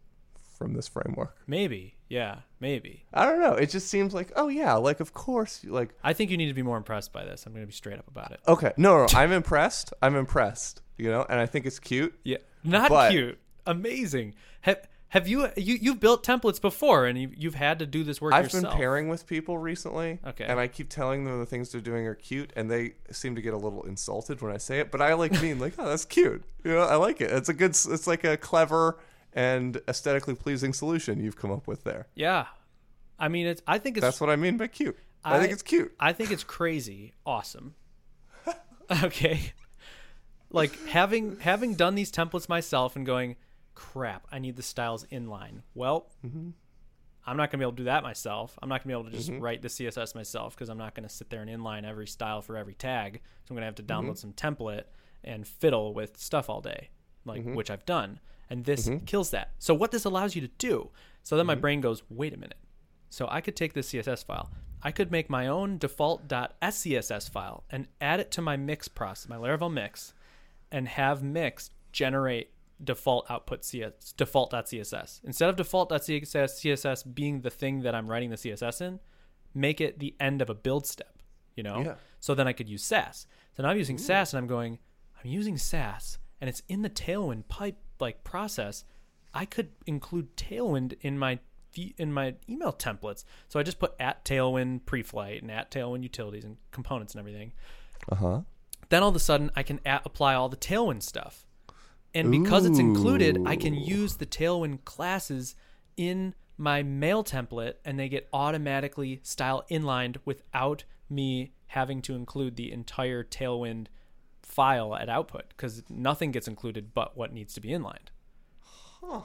from this framework. Maybe. Yeah. Maybe. I don't know. It just seems like, oh yeah, like of course, like I think you need to be more impressed by this. I'm going to be straight up about it. okay, no, no, I'm impressed. I'm impressed. You know, and I think it's cute. Yeah. Not But- cute. Amazing. Have Have you you you've built templates before and you, you've had to do this work I've yourself? been pairing with people recently, Okay. and I keep telling them the things they're doing are cute, and they seem to get a little insulted when I say it. But I like mean like, oh, that's cute. You know, I like it. It's a good. s- It's like a clever and aesthetically pleasing solution you've come up with there. yeah. I mean, it's. I think it's. That's what I mean by cute. I, think I- it's cute. I think it's crazy awesome. Okay. Like having having done these templates myself and going, crap, I need the styles inline. Well, I'm not gonna be able to do that myself. I'm not gonna be able to just write the CSS myself because I'm not gonna sit there and inline every style for every tag. So I'm gonna have to download some template and fiddle with stuff all day, like which I've done. And this kills that. So what this allows you to do, so then my brain goes, wait a minute. So I could take this CSS file. I could make my own default.scss file and add it to my mix process, my Laravel mix, and have mix generate default output CS, default.css. Instead of default.css CSS being the thing that I'm writing the CSS in, make it the end of a build step, you know? Yeah. So then I could use Sass. So now I'm using Sass and I'm going, I'm using Sass and it's in the Tailwind pipe like process. I could include Tailwind in my fe- in my email templates. So I just put at Tailwind pre-flight and at Tailwind utilities and components and everything. Uh huh. Then all of a sudden I can a- apply all the Tailwind stuff. And because it's included, I can use the Tailwind classes in my mail template and they get automatically style inlined without me having to include the entire Tailwind file at output because nothing gets included but what needs to be inlined.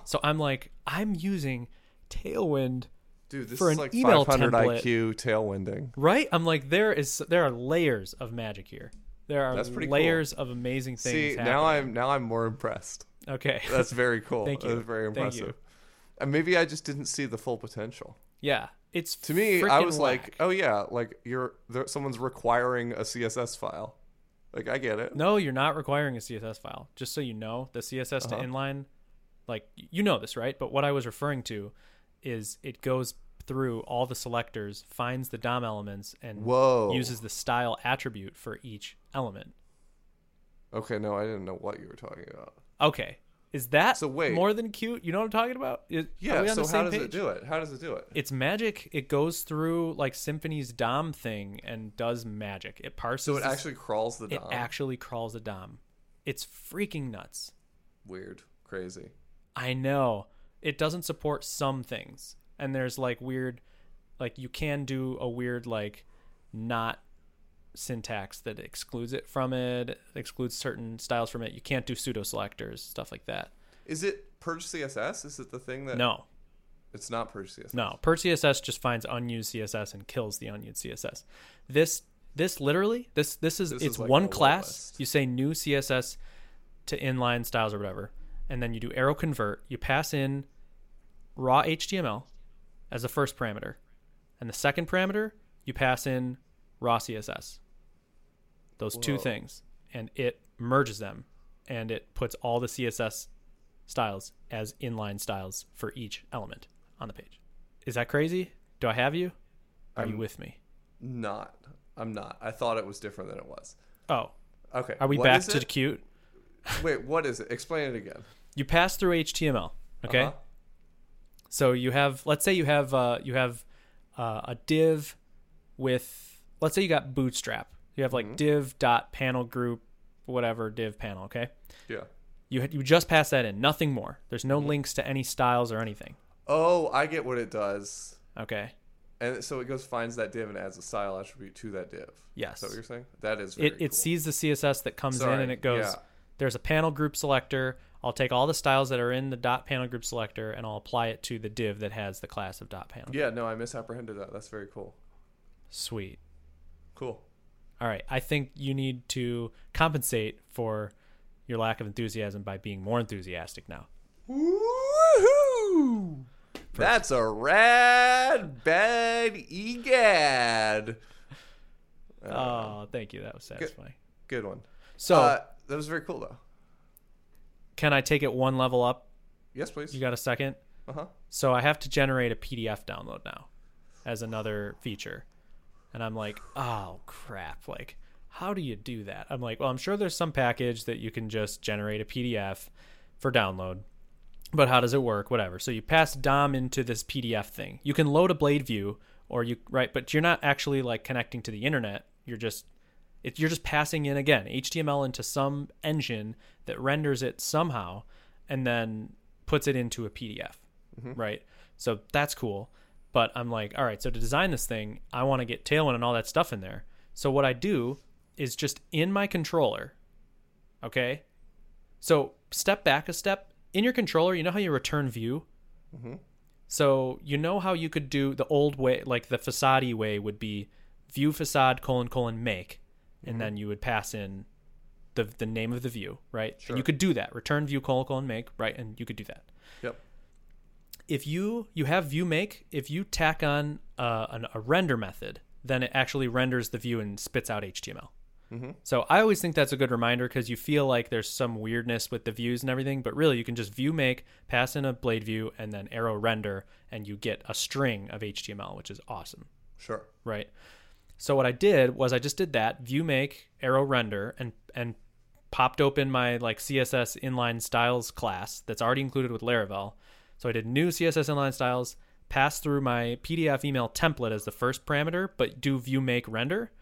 So I'm like, I'm using Tailwind, Dude, this For is an like email 500 template- IQ tailwinding. right? I'm like, there is there are layers of magic here. There are That's pretty cool. layers of amazing things. See, happening. now I'm now I'm more impressed. okay. That's very cool. Thank you. That's very Thank you. impressive. And maybe I just didn't see the full potential. Yeah, it's To me, I frickin' was like, whack. oh yeah, like you're there, someone's requiring a CSS file. Like I get it. no, you're not requiring a CSS file. Just so you know, the CSS Uh-huh. to inline, like you know this, right? But what I was referring to is it goes through all the selectors, finds the DOM elements, and Whoa. uses the style attribute for each element. Okay, no, I didn't know what you were talking about. Okay, is that So wait. more than cute? You know what I'm talking about? Is- are Yeah. we on So the how same does it page? do it? How does it do it? It's magic. It goes through like Symphony's DOM thing and does magic. It parses. So it the- actually crawls the it DOM. actually crawls a DOM. It's freaking nuts. Weird, crazy. I know. It doesn't support some things. And there's like weird like you can do a weird like not syntax that excludes it from it, excludes certain styles from it. You can't do pseudo selectors, stuff like that. Is it purge CSS? Is it the thing that? No. It's not purge CSS. No, per CSS just finds unused CSS and kills the unused CSS. This this literally this this is This it's is like one a class. list. You say new CSS to inline styles or whatever, and then you do arrow convert. You pass in raw HTML as the first parameter, and the second parameter you pass in raw CSS. Those two Whoa. things, and it merges them, and it puts all the CSS styles as inline styles for each element on the page. Is that crazy? Do I have you? Are you with me? Not. I'm not. I thought it was different than it was. Oh, Okay. are we what back is to it? cute? Wait, what is it? Explain it again. You pass through HTML, okay? Uh-huh. So you have, let's say you have uh, you have uh, a div with, let's say you got Bootstrap. You have like Mm-hmm. div dot panel group, whatever div panel, okay? Yeah. You had- you just pass that in, nothing more. There's no Mm-hmm. links to any styles or anything, Oh, I get what it does. okay? And so it goes finds that div and adds a style attribute to that div. Yes. Is that what you're saying? That is very it, it cool. sees the css that comes in Sorry, and it goes yeah. there's a panel group selector i'll take all the styles that are in the dot panel group selector and i'll apply it to the div that has the class of dot panel Yeah, no, I misapprehended that. That's very cool. sweet Cool. all right i think you need to compensate for your lack of enthusiasm by being more enthusiastic now Woohoo! perfect. That's a rad bad egad. oh, thank you. That was satisfying. Uh, Good one. So, uh, that was very cool, though. can I take it one level up? Yes, please. You got a second? Uh huh. So I have to generate a PDF download now as another feature. And I'm like, oh crap. Like, how do you do that? I'm like, well, I'm sure there's some package that you can just generate a PDF for download. But how does it work? Whatever. So you pass DOM into this PDF thing. You can load a blade view or you right, but you're not actually like connecting to the internet. You're just it, you're just passing in again HTML into some engine that renders it somehow and then puts it into a PDF, right? So that's cool. But I'm like, all right, so to design this thing, I want to get Tailwind and all that stuff in there. So what I do is just in my controller, okay? So step back a step. In your controller, you know how you return view? So you know how you could do the old way, like the facade way would be view facade colon colon make, and then you would pass in the the name of the view, right? Sure. And you could do that. Return view colon colon make, right? And you could do that. Yep. If you you have view make, if you tack on uh, an, a render method, then it actually renders the view and spits out HTML. So I always think that's a good reminder because you feel like there's some weirdness with the views and everything, but really you can just view make, pass in a blade view, and then arrow render, and you get a string of HTML, which is awesome, Sure. right? So what I did was I just did that view make, arrow render, and and popped open my like CSS inline styles class that's already included with Laravel. So I did new CSS inline styles, pass through my PDF email template as the first parameter, but do view make render.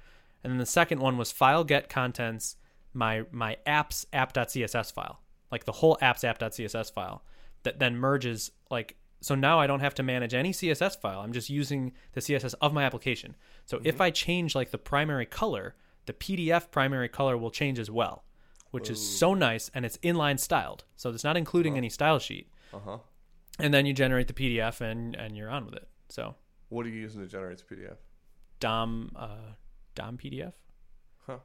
And then the second one was file get contents, my my apps app.css file, like the whole apps app.css file that then merges like so now I don't have to manage any CSS file. I'm just using the CSS of my application. So if I change like the primary color, the PDF primary color will change as well, which is so nice and it's inline styled. So it's not including any style sheet. Uh huh. And then you generate the PDF and and you're on with it. So What are you using to generate the PDF? DOM uh, DOM PDF. Huh.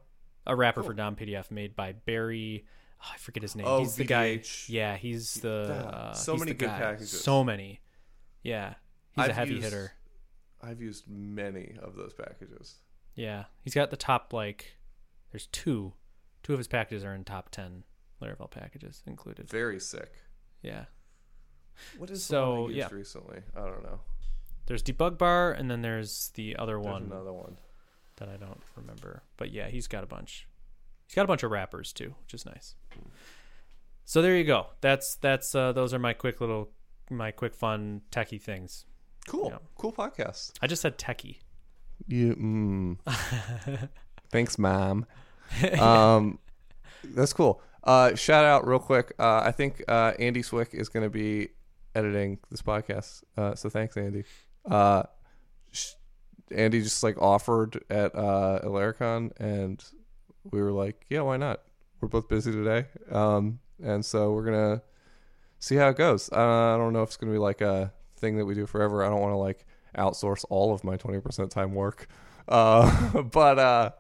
a rapper for Dom PDF made by Barry. oh, I forget his name. Oh, he's the guy. VDH. Yeah, he's the. Yeah, Uh, so he's many the good guy. packages. So many. Yeah, he's a I've heavy used- hitter. I've used many of those packages. Yeah, he's got the top like. There's two, two of his packages are in top ten Laravel packages included. Very sick. Yeah, What is the So, one I used yeah. recently? I don't know. there's debug bar, and then there's the other There's one another one. that I don't remember. But yeah, he's got a bunch. He's got a bunch of rappers too, which is nice. So there you go. That's that's uh, those are my quick little my quick fun techie things. Cool. Yeah. Cool podcast. I just said techie. You. Mm. Thanks, mom. Um, that's cool. Uh, shout out real quick. Uh, I think uh, Andy Swick is going to be editing this podcast. Uh, so thanks, Andy. Uh, sh- Andy just like offered at uh, Alaricon, and we were like, yeah, why not? We're both busy today, um, and so we're gonna see how it goes. Uh, I don't know if it's gonna be like a thing that we do forever. I don't want to like outsource all of my twenty percent time work, uh, but uh,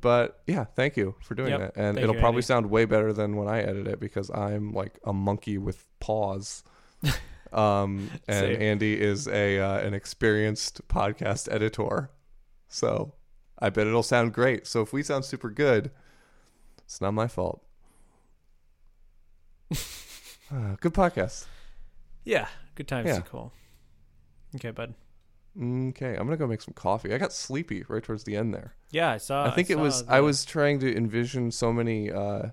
but yeah, thank you for doing Yep. that. And Thank it'll you, probably Andy. sound way better than when I edit it because I'm like a monkey with paws. Um, and Same. Andy is a uh, an experienced podcast editor, so I bet it'll sound great. So if we sound super good, it's not my fault. Uh, good podcast. Yeah, good times, Yeah. Nicole. Okay, bud. Mm, Okay, I'm gonna go make some coffee. I got sleepy right towards the end there. Yeah, I saw. I think it saw was the- I was trying to envision so many uh,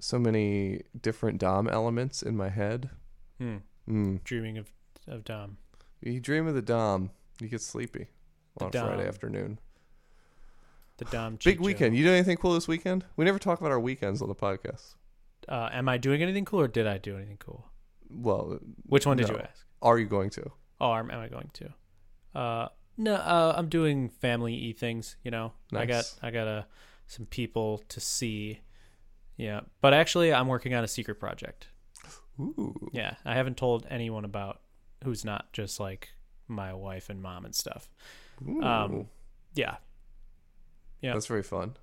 so many different Dom elements in my head. hmm, Mm. dreaming of of Dom. You dream of the Dom, you get sleepy The on a Friday Dom. afternoon. The Dom. Big Chicho. weekend. You do anything cool this weekend? We never talk about our weekends on the podcast. Uh, am I doing anything cool, or did I do anything cool? Well, Which one did No. you ask? are you going to? Oh, am, am I going to? Uh, no, uh, I'm doing family e things. You know, I got Nice. I got uh, some people to see. Yeah, but actually, I'm working on a secret project. Ooh. Yeah, I haven't told anyone about who's not just like my wife and mom and stuff. Ooh. Um, Yeah, yeah. That's very fun.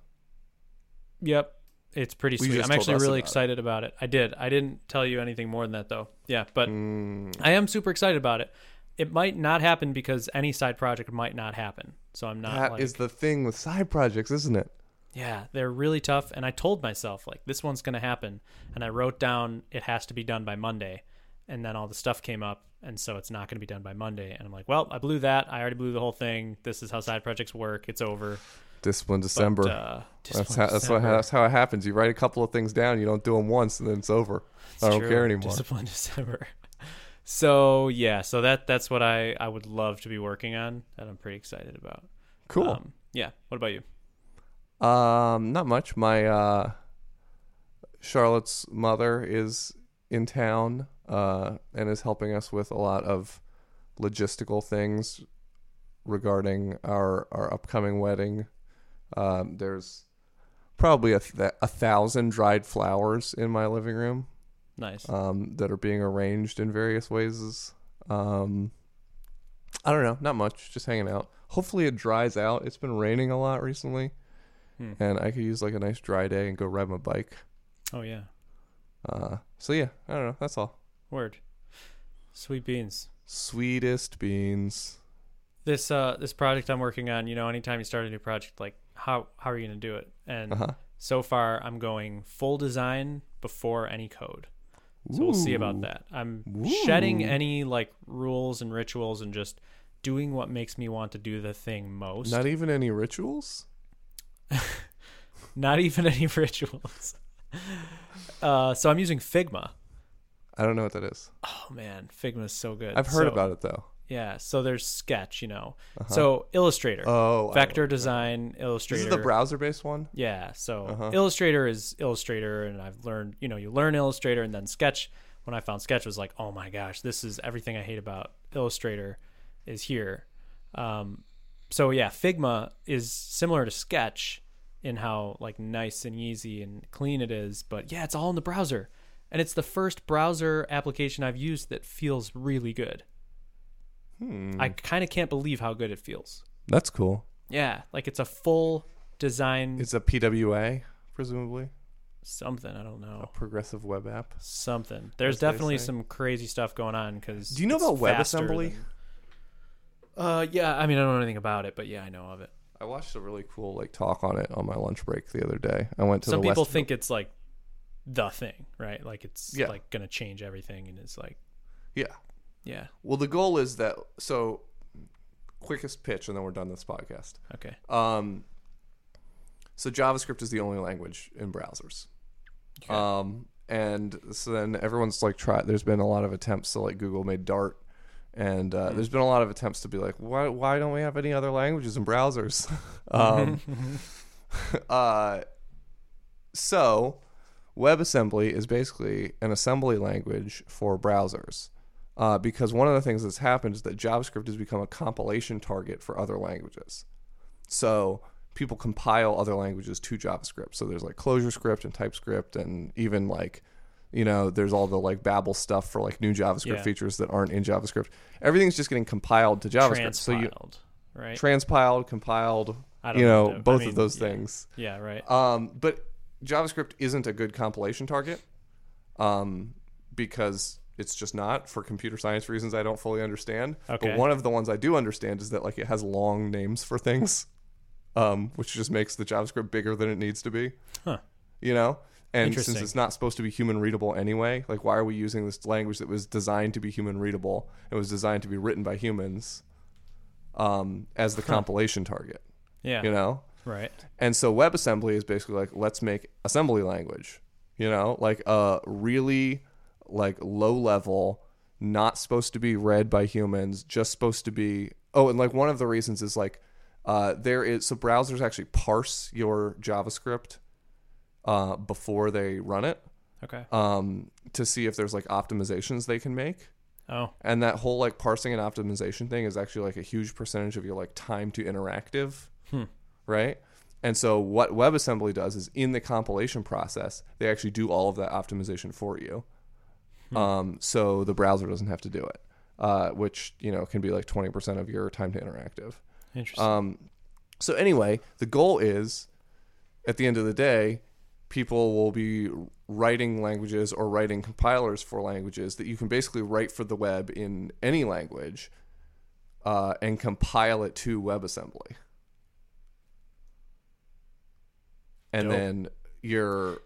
Yep. it's pretty Well, you sweet. just I'm told actually us really about it. excited about it. I did. I didn't tell you anything more than that though. Yeah, but Mm, I am super excited about it. It might not happen because any side project might not happen. So I'm not that like, is the thing with side projects, isn't it? yeah, they're really tough. And I told myself like this one's gonna happen, and I wrote down it has to be done by Monday, and then all the stuff came up, and so it's not gonna be done by Monday. And I'm like, well, I blew that. I already blew the whole thing. This is how side projects work. It's over. Discipline December. But, uh, just that's one how, that's, what, December. that's how it happens. You write a couple of things down, you don't do them once, and then it's over. I It's don't true. care anymore. Discipline December. So yeah, so that that's what I I would love to be working on that I'm pretty excited about. Cool. Um, yeah. What about you? Um, not much. My uh, Charlotte's mother is in town uh, and is helping us with a lot of logistical things regarding our our upcoming wedding. Um, there's probably a, th- a thousand dried flowers in my living room Nice. um, that are being arranged in various ways. Um, I don't know, not much, just hanging out. Hopefully it dries out. It's been raining a lot recently, Hmm. and I could use like a nice dry day and go ride my bike. Oh yeah. Uh, so yeah, I don't know. That's all. Word. Sweet beans. Sweetest beans. This uh this project I'm working on, you know, anytime you start a new project, like how how are you gonna do it? And Uh huh. so far I'm going full design before any code. So we'll see about that. I'm shedding Ooh. any like rules and rituals and just doing what makes me want to do the thing most. Not even any rituals. not even any rituals. Uh, so I'm using Figma. I don't know what that is. Oh man, Figma is so good. I've heard So- about it though. Yeah, so there's Sketch, you know. So Illustrator, Oh, I vector love- design, This Illustrator. is the browser-based one. yeah, so Uh-huh. Illustrator is Illustrator, and I've learned, you know, you learn Illustrator, and then Sketch. When I found Sketch, I was like, oh my gosh, this is everything I hate about Illustrator, is here. Um, so yeah, Figma is similar to Sketch in how like nice and easy and clean it is, but yeah, it's all in the browser. And it's the first browser application I've used that feels really good. Hmm. I kind of can't believe how good it feels. That's cool. Yeah, like it's a full design It's a PWA, presumably something, I don't a know. progressive web app. Something. There's As they definitely say. some crazy stuff going on cuz Do you know about WebAssembly? Uh yeah, I mean I don't know anything about it, but yeah, I know of it. I watched a really cool like talk on it on my lunch break the other day. I went to some the people West- think it's like the thing, right? Like it's Yeah. like going to change everything and it's like Yeah. yeah. Well, the goal is that so quickest pitch, and then we're done this podcast. Okay. Um, so JavaScript is the only language in browsers. Okay. Um, and so then everyone's like try. There's been a lot of attempts to like Google made Dart, and Hmm. uh, there's been a lot of attempts to be like, why why don't we have any other languages in browsers? Mm-hmm. um, uh, so WebAssembly is basically an assembly language for browsers. Uh, because one of the things that's happened is that JavaScript has become a compilation target for other languages. So people compile other languages to JavaScript. So there's like Closure Script and TypeScript, and even like, you know, there's all the like Babel stuff for like new JavaScript Yeah. features that aren't in JavaScript. Everything's just getting compiled to JavaScript. Transpiled, So you right? transpiled, compiled, I don't you know know, what that- I both mean, of those yeah. things. yeah, right. Um, but JavaScript isn't a good compilation target um, because it's just not for computer science reasons I don't fully understand. Okay. But one of the ones I do understand is that like it has long names for things, um, which just makes the JavaScript bigger than it needs to be. Huh. You know. And since Interesting. it's not supposed to be human readable anyway, like why are we using this language that was designed to be human readable and was designed to be written by humans um, as the compilation target? Yeah. You know, Right. and so WebAssembly is basically like, let's make assembly language, you know, like a really like low level, not supposed to be read by humans, just supposed to be. Oh, and like one of the reasons is like, uh, there is so browsers actually parse your JavaScript uh, before they run it Okay. um, to see if there's like optimizations they can make Oh, and that whole like parsing and optimization thing is actually like a huge percentage of your like time to interactive right and so what webassembly does is in the compilation process they actually do all of that optimization for you um, so the browser doesn't have to do it uh, which you know can be like 20% of your time to interactive interesting. um, so anyway, the goal is at the end of the day, people will be writing languages or writing compilers for languages that you can basically write for the web in any language uh, and compile it to WebAssembly. And Dope. then you're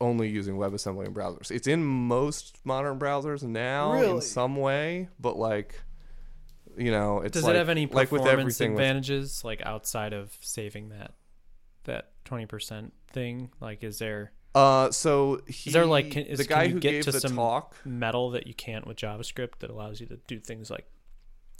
only using WebAssembly in browsers. It's in most modern browsers now Really? in some way, but like, you know, it's Does like, it have any like performance with everything. with- advantages, like outside of saving that that twenty percent thing? Like, is there uh, so he, there, like, can- is- the can guy you who get gave to the some- talk? metal that you can't with JavaScript that allows you to do things like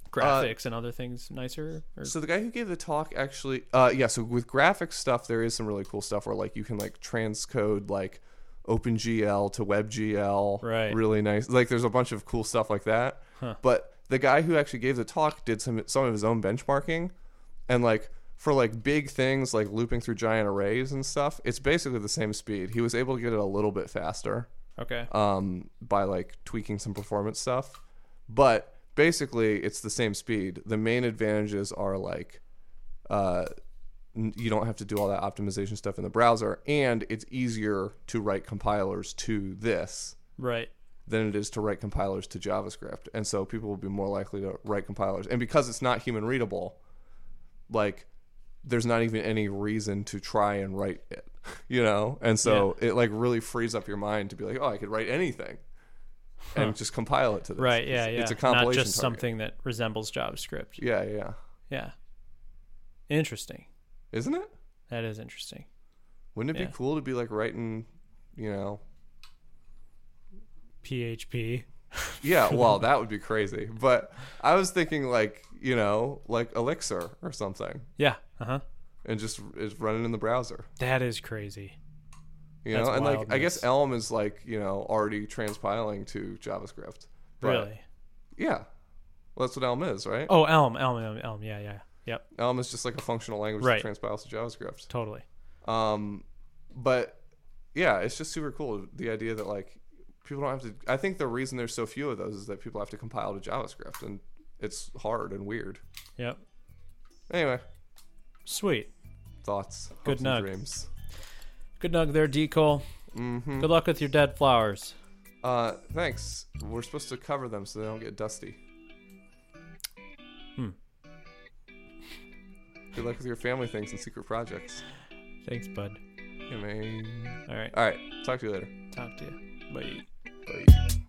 Uh, graphics and other things nicer? Or, So the guy who gave the talk actually, uh, yeah. So with graphic stuff, there is some really cool stuff where like you can like transcode like OpenGL to WebGL, Right. Really nice. Like there's a bunch of cool stuff like that. Huh. But the guy who actually gave the talk did some some of his own benchmarking, and like for like big things like looping through giant arrays and stuff, it's basically the same speed. He was able to get it a little bit faster okay, um, by like tweaking some performance stuff. But basically, it's the same speed. The main advantages are like uh, n- you don't have to do all that optimization stuff in the browser, and it's easier to write compilers to this right. than it is to write compilers to JavaScript. And so people will be more likely to write compilers. And because it's not human readable, like there's not even any reason to try and write it, you know? And so it like really frees up your mind to be like, oh, I could write anything and just compile it to this. Right, yeah, It's- yeah. It's a compilation Not just target. something that resembles JavaScript. Yeah, yeah. Yeah. Interesting. Isn't it? That is interesting. Wouldn't it Yeah. be cool to be like writing, you know? PHP. Yeah, well, that would be crazy. But I was thinking like, you know, like Elixir or something Yeah. Uh huh. and just is running in the browser. That is crazy. You That's know, and like I wildness. guess Elm is like you know already transpiling to JavaScript. But- Really. Yeah, well, that's what Elm is, right? Oh, Elm, Elm, Elm, Elm. Yeah, yeah. Yep. Elm is just like a functional language Right. that transpiles to JavaScript. Totally. Um, but yeah, it's just super cool the idea that like people don't have to. I think the reason there's so few of those is that people have to compile to JavaScript, and it's hard and weird. Yep. Anyway, Sweet. thoughts, hopes, Good and nug. dreams. Good nug there, D. Cole. Mm-hmm. Good luck with your dead flowers. Uh, thanks. We're supposed to cover them so they don't get dusty. Hmm. Good luck with your family things and secret projects. Thanks, bud. You may- All right. All right. Talk to you later. Talk to you. Bye. Bye.